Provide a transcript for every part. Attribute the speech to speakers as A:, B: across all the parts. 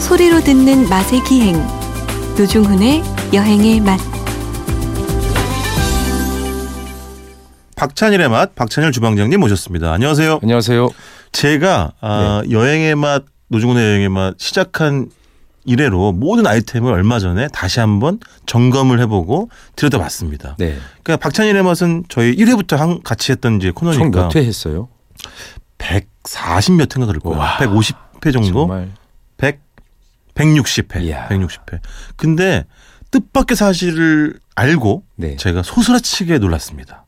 A: 소리로 듣는 맛의 기행 노중훈의 여행의 맛
B: 박찬일의 맛 박찬일 주방장님 모셨습니다. 안녕하세요.
C: 안녕하세요.
B: 제가 아,
C: 네.
B: 여행의 맛 노중훈의 여행의 맛 시작한 이래로 모든 아이템을 얼마 전에 다시 한번 점검을 해보고 들여다봤습니다.
C: 네.
B: 그러니까 박찬일의 맛은 저희 1회부터 한, 같이 했던 이제
C: 총
B: 코너니까
C: 몇 회 했어요?
B: 140몇 회인가 그럴 거예요.
C: 와.
B: 150회 정도?
C: 정말
B: 100, 160회.
C: 이야.
B: 160회. 근데 뜻밖의 사실을 알고
C: 네.
B: 제가 소스라치게 놀랐습니다.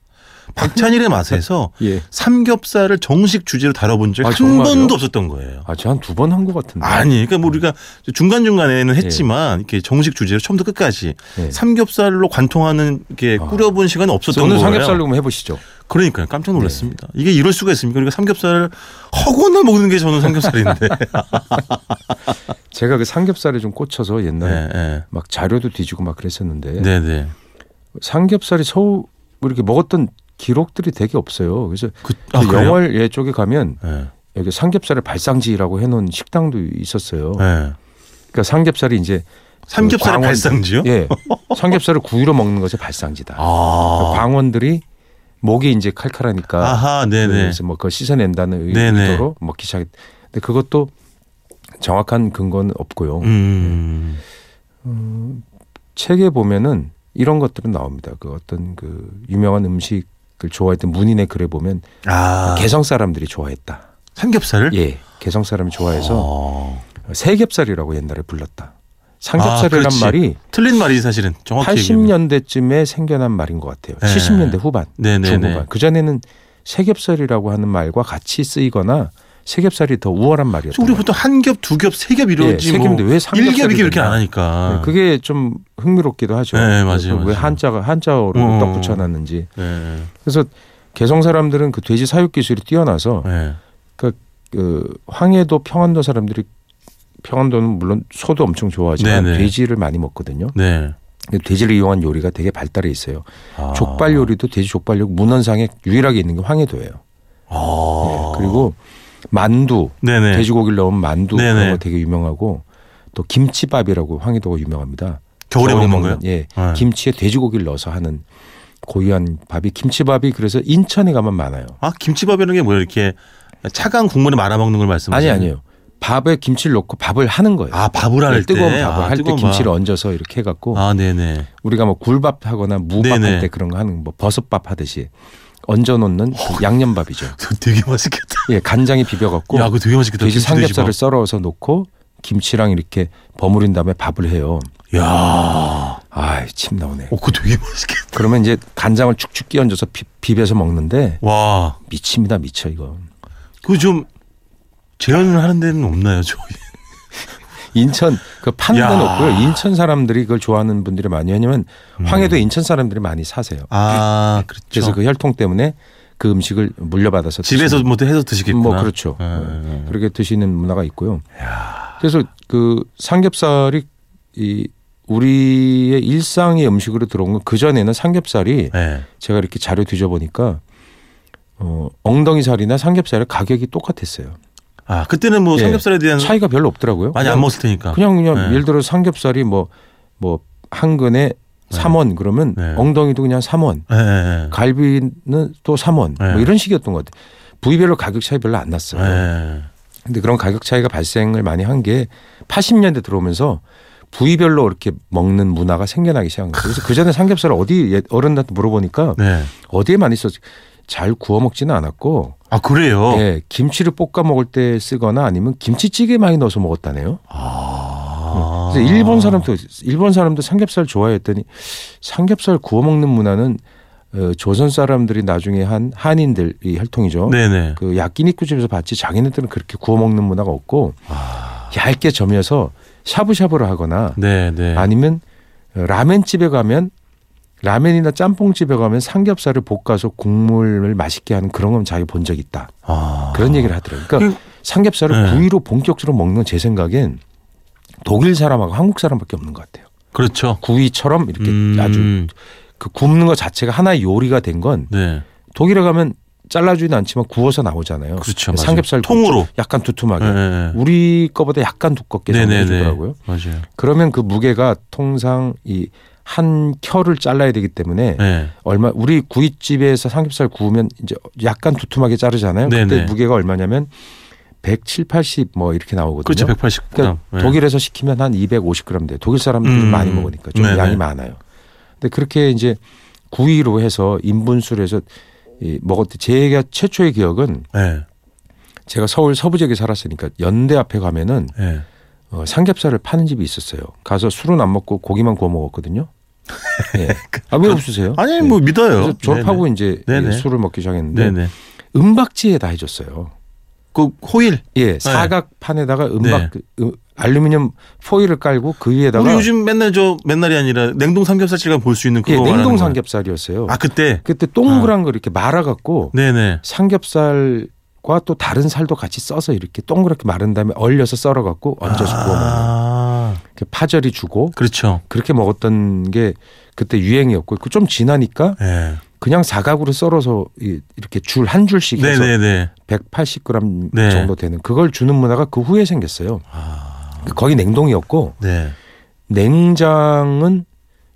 B: 박찬일의 맛에서
C: 예.
B: 삼겹살을 정식 주제로 다뤄본 적이
C: 아,
B: 한
C: 정말요?
B: 번도 없었던 거예요.
C: 아, 제가 한 두 번 한 것 같은데.
B: 아니, 그러니까 뭐 우리가 중간 중간에는
C: 예.
B: 했지만 이렇게 정식 주제로 처음부터 끝까지
C: 네.
B: 삼겹살로 관통하는 게
C: 아.
B: 꾸려본 시간이 없었던
C: 저는
B: 거예요.
C: 삼겹살로 네. 한번 해보시죠.
B: 그러니까요, 깜짝 놀랐습니다. 이게 이럴 수가 있습니까? 그러니까 삼겹살을 허구나 먹는 게 저는 삼겹살인데.
C: 제가 그 삼겹살에 좀 꽂혀서 옛날에
B: 네, 네,
C: 막 자료도 뒤지고 막 그랬었는데
B: 네, 네.
C: 삼겹살이 서울 뭐 이렇게 먹었던 기록들이 되게 없어요. 그래서
B: 그, 아,
C: 그
B: 그래요?
C: 영월 예 쪽에 가면
B: 네,
C: 여기 삼겹살의 발상지라고 해놓은 식당도 있었어요.
B: 네.
C: 그러니까 삼겹살이 이제 그
B: 삼겹살
C: 광원-
B: 발상지요?
C: 예 삼겹살을 구이로 먹는 것의 발상지다. 그러니까
B: 아,
C: 광원들이 목이 이제 칼칼하니까
B: 아하, 네, 네.
C: 그래서 뭐 그걸 씻어낸다는 의-
B: 네네.
C: 의도로 먹기 시작. 근데 그것도 정확한 근거는 없고요.
B: 음,
C: 책에 보면은 이런 것들은 나옵니다. 그 어떤 그 유명한 음식을 좋아했던 문인의 글에 보면
B: 아,
C: 예.
B: 네?
C: 개성 사람들이 좋아했다.
B: 삼겹살을?
C: 예, 개성 사람이 좋아해서
B: 아.
C: 세겹살이라고 옛날에 불렀다. 삼겹살이란
B: 그렇지.
C: 말이
B: 틀린 말이 사실은 정확히 얘기하면.
C: 80년대쯤에 생겨난 말인 것 같아요.
B: 네.
C: 70년대 후반,
B: 네네네.
C: 중후반. 그 전에는 세겹살이라고 하는 말과 같이 쓰이거나 세겹살이 더 우월한
B: 그래서
C: 말이었던
B: 우리 보통 한 겹, 두 겹, 세 겹 이러지
C: 예, 세
B: 뭐
C: 겹인데 왜 삼겹살이
B: 일겹 이렇게 이렇게
C: 되냐.
B: 안 하니까.
C: 네, 그게 좀 흥미롭기도 하죠.
B: 아. 네, 맞아요,
C: 그래서
B: 맞아요.
C: 왜 한자가 한자어로
B: 어.
C: 딱 붙여놨는지.
B: 네,
C: 그래서 개성 사람들은 그 돼지 사육 기술이 뛰어나서
B: 네.
C: 그 황해도 평안도 사람들이 평안도는 물론 소도 엄청 좋아하지만
B: 네, 네.
C: 돼지를 많이 먹거든요.
B: 네.
C: 근데 돼지를 이용한 요리가 되게 발달해 있어요.
B: 아.
C: 족발 요리도 돼지 족발 요리 문헌상에 유일하게 있는 게 황해도예요.
B: 아.
C: 네, 그리고 만두
B: 네네.
C: 돼지고기를 넣은 만두
B: 네, 네.
C: 그런 거 되게 유명하고 또 김치밥이라고 황해도가 유명합니다.
B: 겨울에 먹는 거예요?
C: 예.
B: 네.
C: 김치에 돼지고기를 넣어서 하는 고유한 밥이 김치밥이 그래서 인천에 가면 많아요.
B: 아, 김치밥이라는 게 뭐예요? 이렇게 차가운 국물에 말아 먹는 걸
C: 아니
B: 말씀하시는
C: 아니에요. 밥에 김치를 넣고 밥을 하는 거예요.
B: 아, 밥을 할
C: 네, 뜨거운
B: 때. 아,
C: 밥을 할 때
B: 뜨거운
C: 김치를
B: 밥.
C: 얹어서 이렇게 해갖고
B: 아, 네네.
C: 우리가 뭐 굴밥하거나
B: 네,
C: 무밥
B: 네.
C: 할 때 그런 거 하는 뭐 버섯밥 하듯이 얹어놓는 그 양념밥이죠.
B: 그거 되게 맛있겠다.
C: 예, 간장에 비벼갖고
B: 야, 그거 되게 맛있겠다.
C: 돼지
B: 김치 돼지밥.
C: 삼겹살을 썰어서 놓고 김치랑 이렇게 버무린 다음에 밥을 해요.
B: 야.
C: 아이 침 나오네.
B: 오, 그거 되게 맛있겠다.
C: 그러면 이제 간장을 축축 끼얹어서 비, 비벼서 먹는데
B: 와.
C: 미칩니다 미쳐 이거.
B: 그거 좀 재현을 하는 데는 없나요, 저희?
C: 인천 그 파는 데는
B: 야.
C: 없고요. 인천 사람들이 그걸 좋아하는 분들이 많이 왜냐면 황해도 인천 사람들이 많이 사세요.
B: 아, 음. 그렇죠.
C: 그래서 그 혈통 때문에 그 음식을 물려받아서
B: 집에서
C: 드시는
B: 뭐 해서 드시겠구나.
C: 뭐 그렇죠. 예.
B: 예, 예, 예.
C: 그렇게 드시는 문화가 있고요. 그래서 그 삼겹살이 이 우리의 일상의 음식으로 들어온 건그 전에는 삼겹살이
B: 예.
C: 제가 이렇게 자료 뒤져보니까 어, 엉덩이 살이나 삼겹살의 가격이 똑같았어요.
B: 아 그때는 뭐
C: 예.
B: 삼겹살에 대한
C: 차이가 별로 없더라고요.
B: 많이 안 먹었을 테니까.
C: 그냥 그냥
B: 네.
C: 예를 들어 삼겹살이 뭐 뭐 한 근에 3원 그러면
B: 네.
C: 엉덩이도 그냥 3원,
B: 예, 예,
C: 갈비는 또 3원
B: 네.
C: 뭐 이런 식이었던 것 같아요. 부위별로 가격 차이 별로 안
B: 예.
C: 났어요.
B: 예.
C: 근데 그런 가격 차이가 발생을 많이 한 게 80년대 들어오면서 부위별로 이렇게 먹는 문화가 생겨나기 시작한 거예요. 그래서 그 전에 삼겹살을 어디 예- 어른들한테 물어보니까
B: 네.
C: 어디에 많이 썼지? 잘 구워 먹지는 않았고
B: 아 그래요.
C: 예, 김치를 볶아 먹을 때 쓰거나 아니면 김치찌개 많이 넣어서 먹었다네요.
B: 아.
C: 그래서 일본 사람도 일본 사람도 삼겹살 좋아했더니 삼겹살 구워 먹는 문화는 어, 조선 사람들이 나중에 한 한인들이 혈통이죠.
B: 네네.
C: 그 야끼니쿠 집에서 봤지 자기네들은 그렇게 구워 먹는 문화가 없고 얇게 점여서 샤브샤브를 하거나
B: 네네.
C: 아니면 어, 라멘 집에 가면 라멘이나 짬뽕 집에 가면 삼겹살을 볶아서 국물을 맛있게 하는 그런 건 자기 본 적 있다.
B: 아.
C: 그런 얘기를 하더라고요. 그러니까 삼겹살을
B: 네.
C: 구이로 본격적으로 먹는 건 제 생각엔 독일 사람하고 한국 사람밖에 없는 것 같아요.
B: 그렇죠.
C: 구이처럼 이렇게
B: 음,
C: 아주 그 굽는 것 자체가 하나의 요리가 된 건
B: 네.
C: 독일에 가면 잘라주진 않지만 구워서 나오잖아요.
B: 그렇죠, 맞아요.
C: 삼겹살
B: 통으로.
C: 약간 두툼하게
B: 네.
C: 우리 거보다 약간 두껍게 해주더라고요.
B: 맞아요.
C: 그러면 그 무게가 통상 이 한 켜를 잘라야 되기 때문에
B: 네.
C: 얼마 우리 구이집에서 삼겹살 구우면 이제 약간 두툼하게 자르잖아요.
B: 네네.
C: 그때 무게가 얼마냐면 170, 80뭐 이렇게
B: 그렇죠.
C: 나오거든요.
B: 180g.
C: 그러니까 독일에서 시키면 한 250g 돼요. 독일 사람들이
B: 음.
C: 많이 먹으니까 좀
B: 네네.
C: 양이 많아요. 근데 그렇게 이제 구이로 해서 인분수로 해서 이 먹었대. 제가 최초의 기억은
B: 네.
C: 제가 서울 서부지역에 살았으니까 연대 앞에 가면은
B: 네.
C: 어, 삼겹살을 파는 집이 있었어요. 가서 술은 안 먹고 고기만 구워 먹었거든요. 예. 아왜 웃으세요?
B: 아니
C: 예.
B: 뭐 믿어요.
C: 그래서 졸업하고 이제
B: 네네.
C: 예, 술을 먹기 시작했는데
B: 네네.
C: 은박지에다 해줬어요.
B: 그 호일.
C: 예, 사각판에다가 은박 그, 알루미늄 포일을 깔고 그 위에다가
B: 네. 우리 요즘 맨날 저 맨날이 아니라 냉동 삼겹살집가 볼 수 있는 그거
C: 예,
B: 말하는
C: 냉동
B: 거예요.
C: 삼겹살이었어요.
B: 아 그때.
C: 그때 동그란 거 이렇게 말아갖고
B: 네네.
C: 삼겹살과 또 다른 살도 같이 써서 이렇게 동그랗게 마른 다음에 얼려서 썰어갖고 얹어서 구워 먹는.
B: 아,
C: 이렇게 파절이 주고
B: 그렇죠.
C: 그렇게 먹었던 게 그때 유행이었고 그 좀 지나니까
B: 예.
C: 그냥 사각으로 썰어서 이- 이렇게 줄 한 줄씩 해서
B: 네네네.
C: 180g
B: 네.
C: 정도 되는 그걸 주는 문화가 그 후에 생겼어요.
B: 아.
C: 거의 냉동이었고
B: 네.
C: 냉장은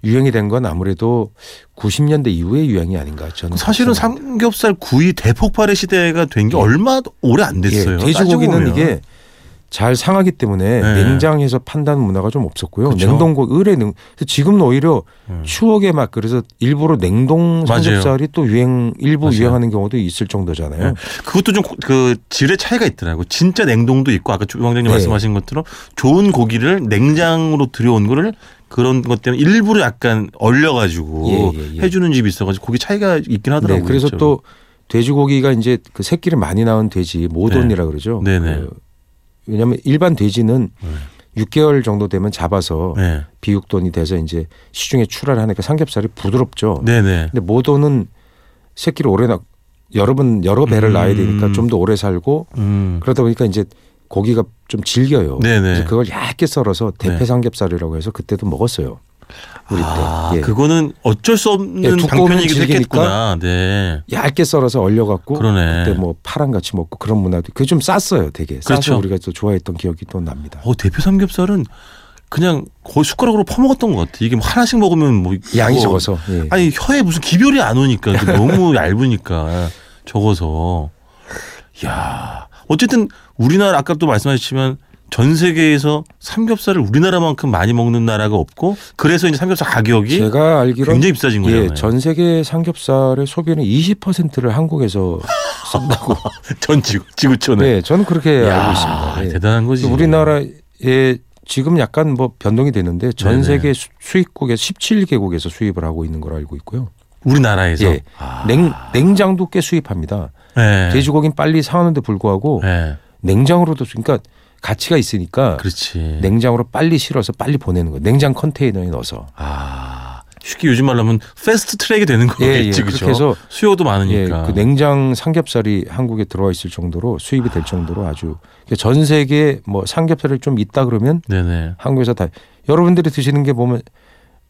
C: 유행이 된 건 아무래도 90년대 이후의 유행이 아닌가 저는
B: 네. 사실은
C: 그렇게 생각합니다.
B: 삼겹살 구이 대폭발의 시대가 된 게
C: 예.
B: 얼마 오래 안 됐어요.
C: 예, 돼지고기는
B: 따지고 보면.
C: 이게 잘 상하기 때문에
B: 네.
C: 냉장에서 판다는 문화가 좀 없었고요.
B: 그쵸.
C: 냉동고 의뢰 냉 그래서 지금은 오히려
B: 음.
C: 추억의 맛 그래서 일부러 냉동
B: 맞아요.
C: 삼겹살이 또 유행 일부
B: 맞아요.
C: 유행하는 경우도 있을 정도잖아요.
B: 예. 그것도 좀 그 질의 차이가 있더라고. 진짜 냉동도 있고 아까 주방장님
C: 네.
B: 말씀하신 것처럼 좋은 고기를 냉장으로 들여온 거를 그런 것 때문에 일부러 약간 얼려가지고
C: 예, 예, 예.
B: 해주는 집이 있어가지고 고기 차이가 있긴 하더라고요. 그렇죠.
C: 네, 그래서
B: 진짜로.
C: 또 돼지고기가 이제 그 새끼를 많이 낳은 돼지 모돈이라 그러죠.
B: 네네.
C: 왜냐하면 일반 돼지는 6개월 정도 되면 잡아서
B: 네.
C: 비육돈이 돼서 이제 시중에 출하를 하니까 삼겹살이 부드럽죠.
B: 네네.
C: 근데 모돈은 새끼를 오래 낳 여러 번 여러 배를
B: 음.
C: 낳아야 되니까 좀 더 오래 살고
B: 음.
C: 그러다 보니까 이제 고기가 좀 질겨요.
B: 네네.
C: 그래서 그걸 얇게 썰어서
B: 네.
C: 대패 삼겹살이라고 해서 그때도 먹었어요. 우리 때.
B: 아,
C: 예.
B: 그거는 어쩔 수 없는
C: 예, 두꺼우면
B: 방편이기도
C: 질기니까.
B: 했겠구나. 네.
C: 얇게 썰어서 얼려갖고
B: 그러네.
C: 때뭐 파랑 같이 먹고 그런 문화도 그게 좀 쌌어요 되게 싸서
B: 그렇죠.
C: 우리가 또 좋아했던 기억이 또 납니다.
B: 어, 대표 삼겹살은 그냥 거의 숟가락으로 퍼먹었던 것 같아. 이게 뭐 하나씩 먹으면 뭐
C: 양이
B: 그거-
C: 적어서 예.
B: 아니 혀에 무슨 기별이 안 오니까 그 너무 얇으니까 적어서 야 어쨌든 우리나라 아까 또 말씀하셨지만 전 세계에서 삼겹살을 우리나라만큼 많이 먹는 나라가 없고 그래서 이제 삼겹살 가격이
C: 제가 알기로
B: 굉장히 비싸진 거잖아요.
C: 예, 전 세계 삼겹살의 소비는 20%를 한국에서 쓴다고.
B: 전 지구, 지구촌에.
C: 네, 저는 그렇게
B: 이야, 아,
C: 알고 있습니다. 예.
B: 대단한 거지.
C: 우리나라에 지금 약간 뭐 변동이 되는데
B: 네네.
C: 전 세계 수- 수입국에서 17개국에서 수입을 하고 있는 걸 알고 있고요.
B: 우리나라에서
C: 예.
B: 아,
C: 냉 냉장도 꽤 수입합니다.
B: 예.
C: 돼지고기는 빨리 상하는데 불구하고
B: 예.
C: 냉장으로도 수- 그러니까 가치가 있으니까
B: 그렇지.
C: 냉장으로 빨리 실어서 빨리 보내는 거예요. 냉장 컨테이너에 넣어서.
B: 아 쉽게 요즘 말로 하면 패스트 트랙이 되는 거겠지
C: 예, 예,
B: 그렇죠?
C: 그렇게 해서
B: 수요도
C: 예,
B: 많으니까.
C: 그 냉장 삼겹살이 한국에 들어와 있을 정도로 수입이 될 정도로 아주 그러니까 전 세계 뭐 삼겹살을 좀 있다 그러면
B: 네네.
C: 한국에서 다 여러분들이 드시는 게 보면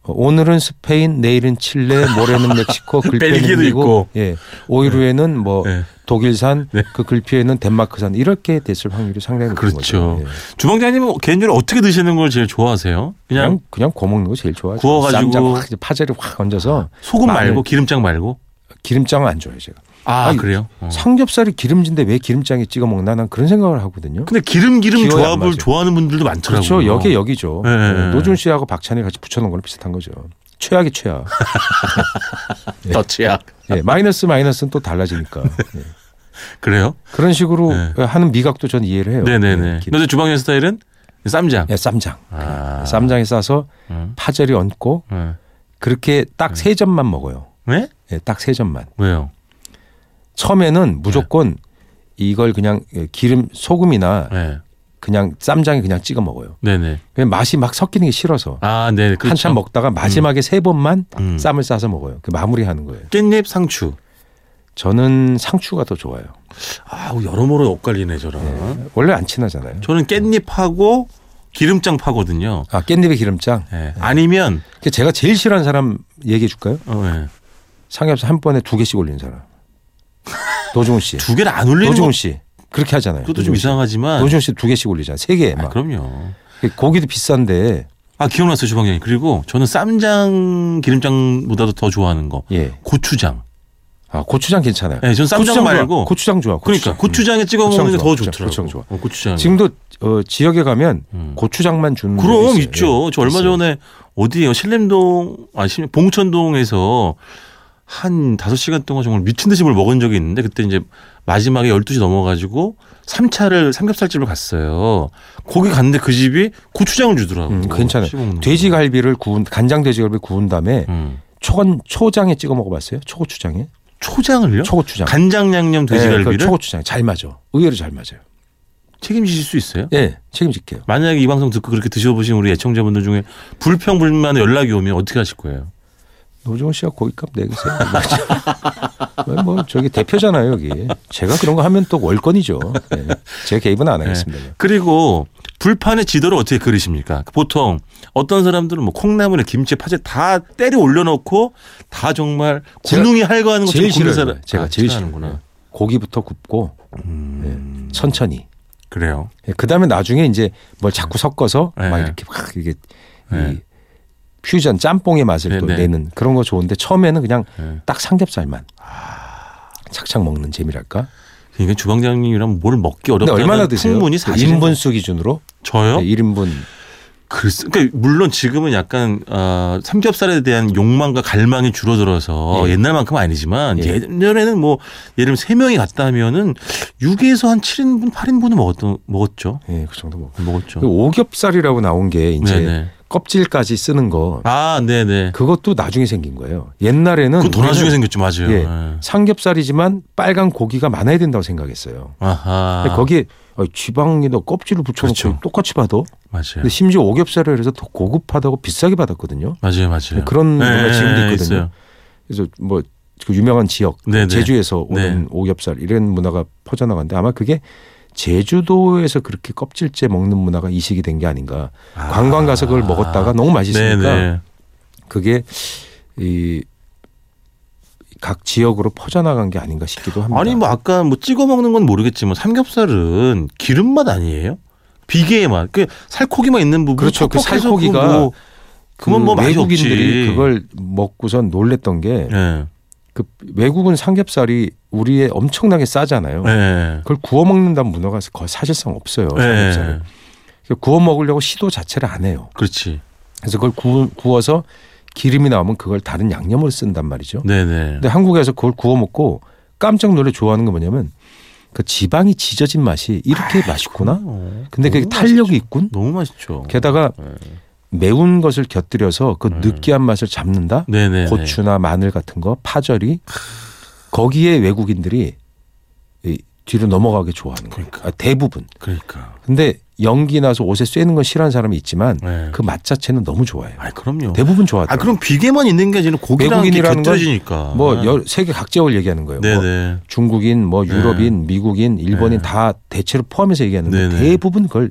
C: 어, 오늘은 스페인, 내일은 칠레, 모레는 멕시코, 글피에는
B: 벨기에도
C: 미국, 예, 오이루에는 뭐
B: 네.
C: 독일산,
B: 네.
C: 그 글피에는 덴마크산 이렇게 됐을 확률이 상당히 높은
B: 그렇죠.
C: 거죠. 예.
B: 주방장님은 개인적으로 어떻게 드시는 걸 제일 좋아하세요? 그냥,
C: 그냥 그냥 구워 먹는 거 제일 좋아요.
B: 구워가지고-
C: 쌈장 확 이제 파절이 확 얹어서
B: 소금
C: 마늘.
B: 말고 기름장 말고?
C: 기름장은 안 좋아해요 제가.
B: 아
C: 아니,
B: 그래요? 어.
C: 삼겹살이 기름진데 왜 기름장에 찍어 먹나 난 그런 생각을 하거든요.
B: 근데 기름 기름
C: 기호에 안
B: 조합을
C: 맞아요.
B: 좋아하는 분들도 많더라고요.
C: 그렇죠. 여기 여기죠. 네,
B: 예, 예, 예.
C: 노준 씨하고 박찬일 같이 붙여놓은 거랑 비슷한 거죠. 최악이 최악.
B: 더치야.
C: 예, 마이너스 마이너스는 또 달라지니까. 예.
B: 그래요?
C: 그런 식으로
B: 네.
C: 하는 미각도 전 이해를 해요.
B: 네네네.
C: 예, 기-
B: 근데 주방장 스타일은 쌈장.
C: 예, 쌈장.
B: 아.
C: 쌈장에 싸서
B: 음.
C: 파절이 얹고
B: 음.
C: 그렇게 딱 세 점만 먹어요.
B: 네?
C: 예, 딱세 점만.
B: 왜요?
C: 처음에는 무조건 이걸 그냥 예, 기름 소금이나
B: 네.
C: 그냥 쌈장에 그냥 찍어 먹어요.
B: 네네.
C: 왜 맛이 막 섞이는 게 싫어서
B: 아, 네. 그렇죠.
C: 한참 먹다가 마지막에 세 번만
B: 음.
C: 쌈을 싸서 먹어요. 그 마무리하는 거예요.
B: 깻잎 상추.
C: 저는 상추가 더 좋아요.
B: 아, 여러모로 엇갈리네 저랑.
C: 원래 안 친하잖아요.
B: 저는 깻잎하고 기름장 파거든요.
C: 아 깻잎에 기름장.
B: 예. 아니면
C: 그 제가 제일 싫어하는 사람 얘기해 줄까요?
B: 어, 예.
C: 삼겹살 한 번에 두 개씩 올리는 사람. 노종훈 씨.
B: 두 개를 안 올리는
C: 노종훈
B: 것,
C: 씨. 그렇게 하잖아요.
B: 그것도 좀 이상하지만
C: 노종훈 씨 두 개씩 올리잖아요. 세 개.
B: 아,
C: 막.
B: 그럼요.
C: 고기도 비싼데.
B: 아 기억났어요 주방장님. 그리고 저는 쌈장 기름장보다도 더 좋아하는 거
C: 예.
B: 고추장.
C: 아, 고추장 괜찮아요.
B: 예, 전 쌈장
C: 고추장 좋아.
B: 말고
C: 고추장 좋아. 고추장.
B: 그러니까 고추장에 찍어
C: 고추장
B: 먹는 게 더
C: 좋아,
B: 좋더라고.
C: 고추장 좋아.
B: 어, 고추장.
C: 음. 지금도 어, 지역에 가면
B: 음.
C: 고추장만 주는 데가
B: 그럼
C: 있어요.
B: 있죠.
C: 예.
B: 저 얼마
C: 있어요.
B: 전에 어디에요? 신림동 아 신, 봉천동에서 한 5시간 동안 정말 미친 듯이 뭘 먹은 적이 있는데 그때 이제 마지막에 12시 넘어 가지고 삼차를 삼겹살집을 갔어요. 거기 갔는데 그 집이 고추장을 주더라고.
C: 음, 괜찮아요.
B: 씹어 뭐 먹는 거.
C: 돼지갈비를 구운 간장 돼지갈비 구운 다음에
B: 음.
C: 초건 초장에 찍어 먹어봤어요? 초고추장에?
B: 초장을요?
C: 초고추장.
B: 간장 양념
C: 예, 그
B: 돼지갈비를
C: 초고추장 잘 맞아. 의외로 잘 맞아요.
B: 책임지실 수 있어요?
C: 예, 책임질게요.
B: 만약에 이 방송 듣고 그렇게 드셔보신 우리 애청자분들 중에 불평 불만의 연락이 오면 어떻게 하실 거예요?
C: 노종훈 씨가 고깃값 내겠어요. 뭐, 뭐 저기 대표잖아요 여기. 제가 그런 거 하면 또 월권이죠. 예. 제가 개입은 안 하겠습니다.
B: 그리고 불판에 지도를 어떻게 그리십니까? 보통 어떤 사람들은 뭐 콩나물에 김치, 파채 다 때려 올려놓고 다 정말
C: 제가
B: 군웅이 할거하는 것처럼
C: 제일
B: 굽는
C: 싫어요.
B: 사람
C: 제가
B: 아,
C: 제일
B: 싫어하는구나.
C: 싫어요. 고기부터 굽고 예,
B: 음,
C: 천천히.
B: 그래요.
C: 예, 그다음에 나중에 이제 뭘 자꾸 섞어서
B: 네.
C: 막 이렇게 막 이게
B: 네.
C: 이 퓨전 짬뽕의 맛을
B: 네,
C: 또
B: 네.
C: 내는 그런 거 좋은데 처음에는 그냥
B: 네.
C: 딱 삼겹살만 착착 먹는 재미랄까.
B: 그러니까 주방장님이랑 뭘 먹기
C: 근데
B: 어렵다는
C: 얼마나 드세요?
B: 풍문이
C: 그
B: 사실
C: 인분수 기준으로
B: 저요?
C: 네, 1인분
B: 글쎄, 그러니까 물론 지금은 약간 어, 삼겹살에 대한 욕망과 갈망이 줄어들어서
C: 예.
B: 옛날만큼 은 아니지만
C: 예.
B: 예. 전에는뭐 예를 들면 세 명이 갔다 하면은 6에서 한 7인분, 8인분은 먹었던 먹었죠.
C: 예, 그 정도 먹고.
B: 먹었죠.
C: 그 오겹살이라고 나온 게 이제
B: 네네.
C: 껍질까지 쓰는 거
B: 아, 네네.
C: 그것도 나중에 생긴 거예요. 옛날에는
B: 그건 더 나중에
C: 우리는
B: 생겼죠, 맞아요.
C: 예.
B: 예.
C: 삼겹살이지만 빨간 고기가 많아야 된다고 생각했어요.
B: 아하.
C: 근데 거기에 어, 지방에다 껍질을 붙여놓고
B: 그렇죠.
C: 똑같이 받아.
B: 맞아요.
C: 근데 심지어 오겹살을 그래서 더 고급하다고 비싸게 받았거든요.
B: 맞아요, 맞아요.
C: 네, 그런 문화가 지금도 있거든요.
B: 있어요.
C: 그래서 뭐 그 유명한 지역
B: 네네.
C: 제주에서 오는
B: 네.
C: 오겹살 이런 문화가 퍼져나갔는데 아마 그게 제주도에서 그렇게 껍질째 먹는 문화가 이식이 된 게 아닌가.
B: 아.
C: 관광 가서 그걸 먹었다가 너무 맛있으니까
B: 네네.
C: 그게 이 각 지역으로 퍼져나간 게 아닌가 싶기도 합니다.
B: 아니 뭐 아까 뭐 찍어 먹는 건 모르겠지만 삼겹살은 기름 맛 아니에요? 비계의 맛. 그 살코기만 있는 부분.
C: 그렇죠. 그
B: 퍽퍽해서
C: 살코기가
B: 그거 뭐 그건 뭐 맛이
C: 외국인들이
B: 없지.
C: 그걸 먹고선 놀랬던 게 그
B: 예.
C: 외국은 삼겹살이 우리의 엄청나게 싸잖아요.
B: 예.
C: 그걸 구워 먹는다는 문화가 거의 사실상 없어요. 삼겹살을.
B: 예.
C: 그래서 구워 먹으려고 시도 자체를 안 해요.
B: 그렇지.
C: 그래서 그걸 구, 구워서 기름이 나오면 그걸 다른 양념을 쓴단 말이죠.
B: 네네.
C: 근데 한국에서 그걸 구워 먹고 깜짝 놀래 좋아하는 건 뭐냐면 그 지방이 지져진 맛이 이렇게 맛있구나.
B: 어,
C: 근데 그게
B: 너무
C: 탄력이
B: 맛있죠.
C: 있군.
B: 너무 맛있죠.
C: 게다가
B: 네.
C: 매운 것을 곁들여서 그
B: 음.
C: 느끼한 맛을 잡는다.
B: 네네.
C: 고추나 마늘 같은 거, 파절이 거기에 외국인들이 이 뒤로 넘어가게 좋아하는 거예요.
B: 그러니까.
C: 아, 대부분.
B: 그러니까.
C: 근데 연기 나서 옷에 쐬는 건 싫어하는 사람이 있지만
B: 네.
C: 그 맛 자체는 너무 좋아해요.
B: 아 그럼요.
C: 대부분 좋아하죠.
B: 아 그럼 비계만 있는 게 아니라 고기랑 이렇게
C: 외국인이라는 건
B: 곁들여지니까. 네.
C: 뭐 여- 세계 각지역을 얘기하는 거예요. 뭐
B: 아. 네네.
C: 중국인, 뭐 유럽인, 미국인, 일본인
B: 네.
C: 다 대체로 포함해서 얘기하는데
B: 네네.
C: 대부분 그걸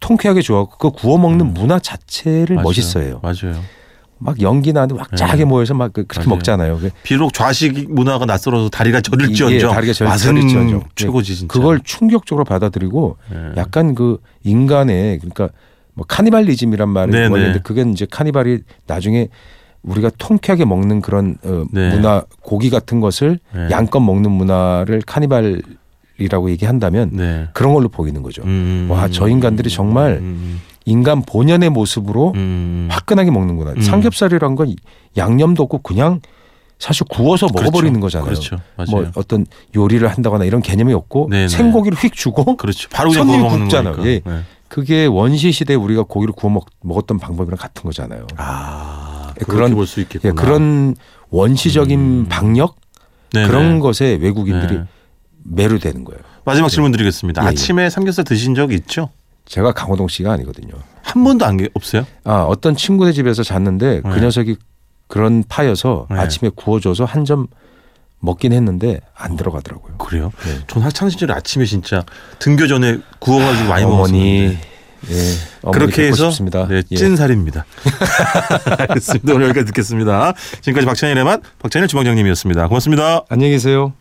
C: 통쾌하게 좋아하고 그 구워 먹는 문화 자체를
B: 음. 맞아요.
C: 멋있어요.
B: 맞아요.
C: 막 연기 나는데 왁자하게
B: 네.
C: 모여서 막 그- 그렇게
B: 맞아요.
C: 먹잖아요. 그-
B: 비록 좌식 문화가 낯설어서 다리가 저릴지언정
C: 예, 다리가 저릴-
B: 맛은
C: 저릴지언정. 예.
B: 최고지 진짜.
C: 네. 그걸 충격적으로 받아들이고
B: 예.
C: 약간 그 인간의 그러니까 뭐 카니발리즘이란 말이
B: 네네.
C: 원래인데 그게 이제 카니발이 나중에 우리가 통쾌하게 먹는 그런 어,
B: 네.
C: 문화 고기 같은 것을
B: 네.
C: 양껏 먹는 문화를 카니발이라고 얘기한다면
B: 네.
C: 그런 걸로 보이는 거죠.
B: 음.
C: 와, 저 인간들이 정말
B: 음.
C: 인간 본연의 모습으로
B: 음.
C: 화끈하게 먹는구나.
B: 음.
C: 삼겹살이란 건 양념도 없고 그냥 사실 구워서 먹어버리는
B: 그렇죠.
C: 거잖아요.
B: 그렇죠. 맞아요.
C: 뭐 어떤 요리를 한다거나 이런 개념이 없고
B: 네네.
C: 생고기를 휙 주고
B: 그렇죠. 바로 그냥
C: 손님이
B: 구워 먹는
C: 굽잖아요.
B: 거니까.
C: 예.
B: 네.
C: 그게 원시 시대에 우리가 고기를 구워 먹, 먹었던 방법이랑 같은 거잖아요.
B: 아,
C: 예,
B: 그렇게
C: 그런-
B: 볼 수 있겠구나.
C: 예, 그런 원시적인
B: 음.
C: 방역
B: 네네.
C: 그런 것에 외국인들이
B: 네.
C: 매료되는 거예요.
B: 마지막 질문 드리겠습니다.
C: 예, 예.
B: 아침에 삼겹살 드신 적 있죠?
C: 제가 강호동 씨가 아니거든요.
B: 한 번도 안 게- 없어요?
C: 아, 어떤 친구네 집에서 잤는데 그
B: 네.
C: 녀석이 그런 파여서
B: 네.
C: 아침에 구워줘서 한 점 먹긴 했는데 안 들어가더라고요.
B: 그래요?
C: 네.
B: 전 학창 시절에 아침에 진짜 등교 전에 구워가지고 많이
C: 아, 어머니,
B: 먹었는데
C: 예, 어머니
B: 그렇게
C: 뵙고
B: 해서
C: 싶습니다.
B: 네,
C: 예.
B: 찐살입니다. 알겠습니다. 오늘 여기까지 듣겠습니다. 지금까지 박찬일의 맛 박찬일 주방장님이었습니다. 고맙습니다.
C: 안녕히 계세요.